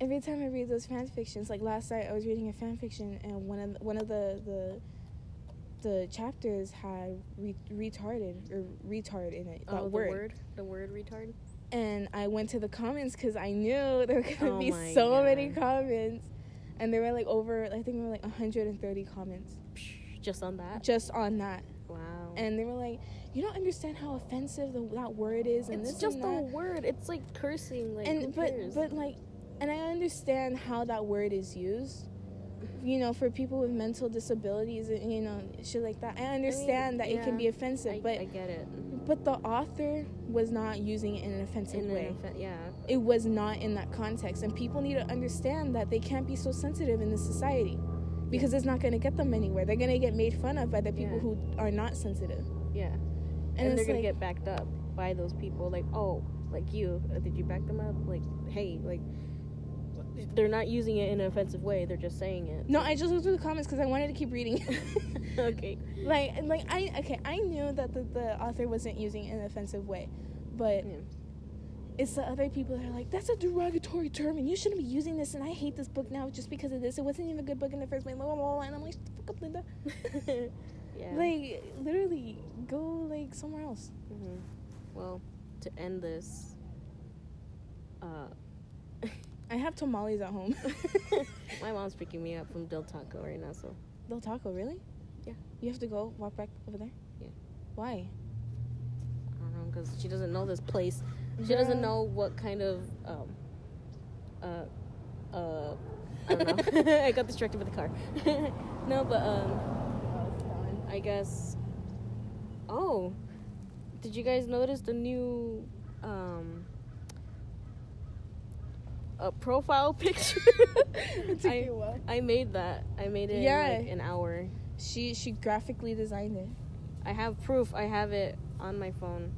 every time I read those fan fictions, like last night I was reading a fan fiction and one of the, one of the the the chapters had re- retarded or retard in it. That Oh, the word. word. The word retard. And I went to the comments because I knew there were gonna Oh be my so many God. comments, and there were like over I think there were like 130 comments Psh, Just on that. just on that, wow. and they were like, "You don't understand how offensive the, that word is." And it's this just and a that. word. It's like cursing. Like, who and but cares? but like and i understand how that word is used you know for people with mental disabilities and you know shit like that i understand that it can yeah, be offensive I, but I get it. but the author was not using it in an offensive In an way offe- yeah. it was not in that context and people need to understand that they can't be so sensitive in this society because it's not going to get them anywhere they're going to get made fun of by the people Yeah. who are not sensitive Yeah. and, and, it's they're gonna like, get backed up by those people. Like, oh, like you, uh, did you back them up? Like, hey, like, they're not using it in an offensive way. They're just saying it. no i just looked through the comments because i wanted to keep reading okay. like and, like i okay i knew that the, the author wasn't using it in an offensive way but Yeah. it's the other people that are like that's a derogatory term and you shouldn't be using this and i hate this book now just because of this it wasn't even a good book in the first place blah, blah, blah. and i'm like Shut the fuck up linda yeah. like literally go like somewhere else Mhm. Well, to end this, uh, i have tamales at home my mom's picking me up from Del Taco right now, so del taco really Yeah. you have to go walk back over there Yeah. why I don't know because Uh-huh, she doesn't know this place. She doesn't Girl. know what kind of um, uh, uh, I don't know. I got distracted with the car. no, but um, I guess. Oh, did you guys notice the new um, uh, profile picture? It took I- you a while. I made that. I made it Yeah. in like an hour. she she graphically designed it I have proof. I have it on my phone.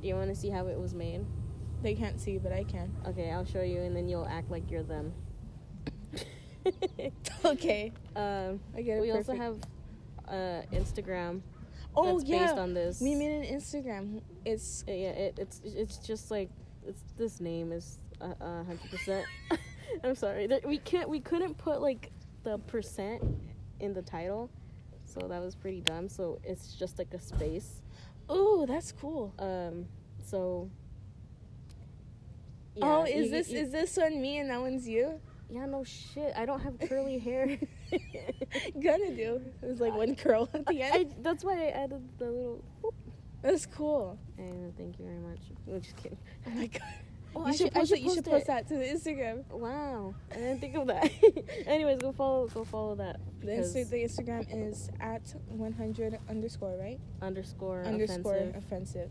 Do you want to see how it was made? they can't see but i can Okay, I'll show you, and then you'll act like you're them. okay um, i get it we also perfect. have uh, Instagram. oh that's yeah based on this. We made an Instagram. It's Uh, yeah, it, it's it's just like it's this name is a a hundred percent. I'm sorry, there, we can't we couldn't put like the percent in the title, so that was pretty dumb. So it's just like a space. oh, that's cool. Um, so. oh, yeah, is you- this you- is this one me and that one's you? yeah no shit? I don't have curly hair. Gonna do. It's like one curl at the I, end. that's why I added the little. That's cool. And thank you very much. I'm just kidding. Oh my god. Oh, you I should should- I post should it. You should post post that to the Instagram. Wow, I didn't think of that. Anyways, go follow, go follow that. The, Because Insta- the Instagram is at 100 underscore right underscore underscore offensive. offensive.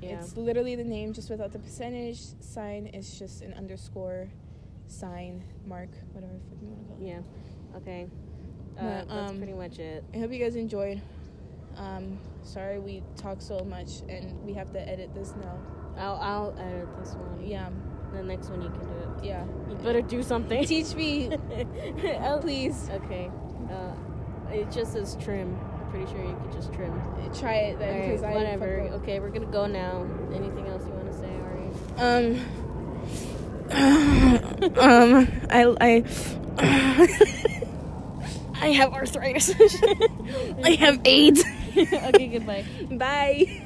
Yeah, It's literally the name just without the percentage sign. It's just an underscore sign mark whatever the fuck you want to call it. yeah. Okay, uh, But, that's um, pretty much it. I hope you guys enjoyed. Um, sorry we talk so much and we have to edit this now. I'll I'll edit this one. Yeah, the next one you can do it. yeah. You better do something. Teach me, Oh, please. Okay, uh, it just says trim. I'm pretty sure you could just trim. Try it then, Alright, because I whatever. fucked up. Okay, we're gonna go now. Anything else you want to say, Ari? Um, um, I, I, I have arthritis. I have AIDS. okay, goodbye. Bye.